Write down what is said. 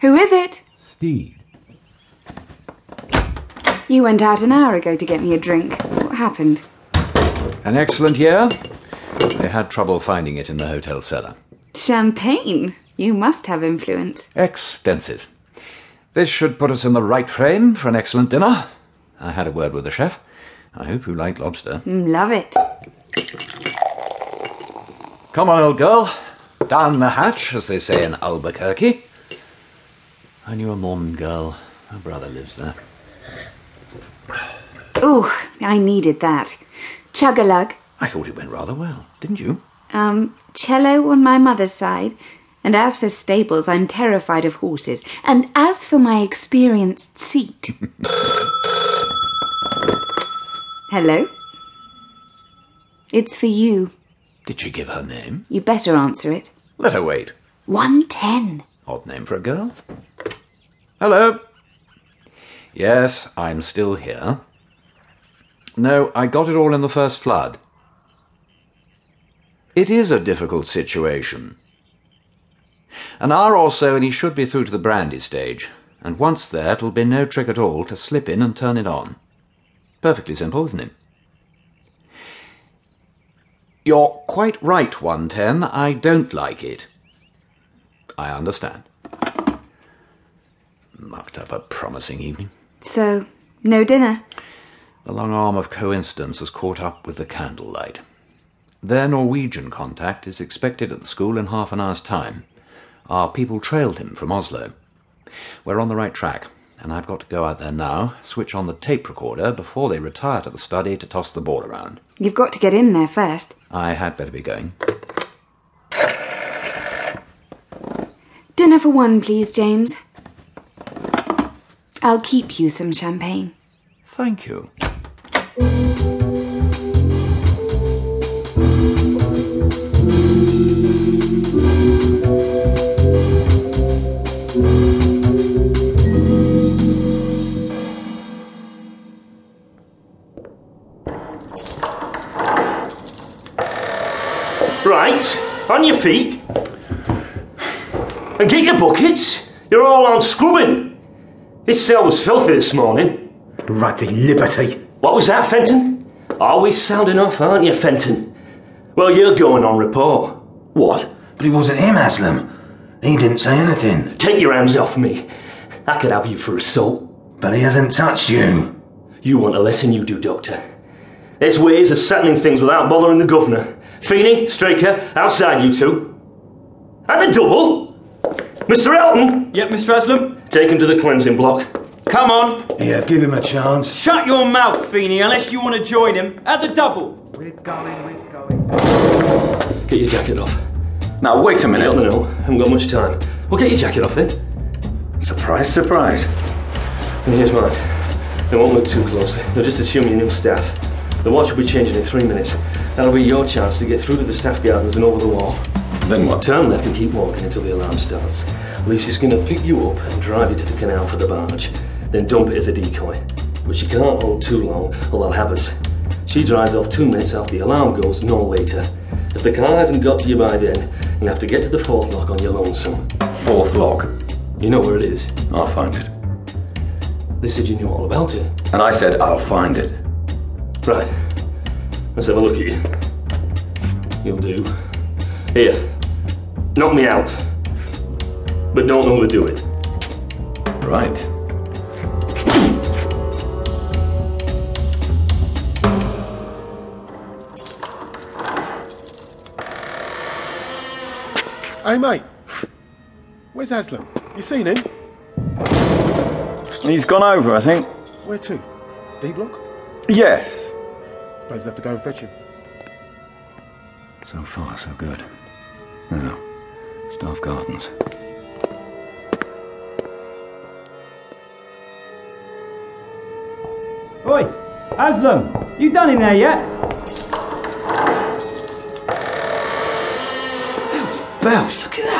Who is it? Steed. You went out an hour ago to get me a drink. What happened? An excellent year. They had trouble finding it in the hotel cellar. Champagne? You must have influence. Extensive. This should put us in the right frame for an excellent dinner. I had a word with the chef. I hope you like lobster. Mm, Love it. Come on, old girl. Down the hatch, as they say in Albuquerque. I knew a Mormon girl. Her brother lives there. Ooh, I needed that. Chug a lug. I thought it went rather well, didn't you? Um, cello on my mother's side. And as for stables, I'm terrified of horses. And as for my experienced seat. Hello? It's for you. Did she give her name? You better answer it. Let her wait. 110. Odd name for a girl. Hello. Yes, I'm still here. No, I got it all in the first flood. It is a difficult situation. An hour or so and he should be through to the brandy stage, and once there it'll be no trick at all to slip in and turn it on. Perfectly simple, isn't it? You're quite right, 110. I don't like it. I understand. Mucked up a promising evening. So, no dinner. The long arm of coincidence has caught up with the candlelight. Their Norwegian contact is expected at the school in half an hour's time. Our people trailed him from Oslo. We're on the right track, and I've got to go out there now, switch on the tape recorder before they retire to the study to toss the ball around. You've got to get in there first. I had better be going. Dinner for one, please, James. I'll keep you some champagne. Thank you. Right, on your feet. And get your buckets. You're all on scrubbing. This cell was filthy this morning. Ratty liberty. What was that, Fenton? Always sounding off, aren't you, Fenton? Well, you're going on rapport. What? But it wasn't him, Aslam. He didn't say anything. Take your hands off me. I could have you for assault. But he hasn't touched you. You want a lesson, you do, Doctor. There's ways of settling things without bothering the Governor. Feeney, Straker, outside you two. And a double. Mr. Elton, Yep, Mr. Aslam. take him to the cleansing block. Come on. Yeah, give him a chance. Shut your mouth, Feeney, unless you want to join him at the double. Get your jacket off. Now, wait a I don't minute. know. I haven't got much time. Well, get your jacket off then. Surprise, surprise. And here's mine. They won't look too closely. They'll just assume you're new staff. The watch will be changing in three minutes. That'll be your chance to get through to the staff gardens and over the wall. Then what? Turn left and keep walking until the alarm starts. Lisa's gonna pick you up and drive you to the canal for the barge, then dump it as a decoy. But she can't hold too long, or they'll have us. She drives off two minutes after the alarm goes, no later. If the car hasn't got to you by then, you'll have to get to the fourth lock on your lonesome. Fourth lock. You know where it is. I'll find it. They said you knew all about it. And I said, I'll find it. Right. Let's have a look at you. You'll do. Here. Knock me out. But don't overdo it. Right. Hey, mate. Where's Aslam? You seen him? He's gone over, I think. Where to? D block? Yes. Suppose I have to go and fetch him. So far, so good. Now, staff gardens. Oi, Aslam, you done in there yet? Bells, look at that.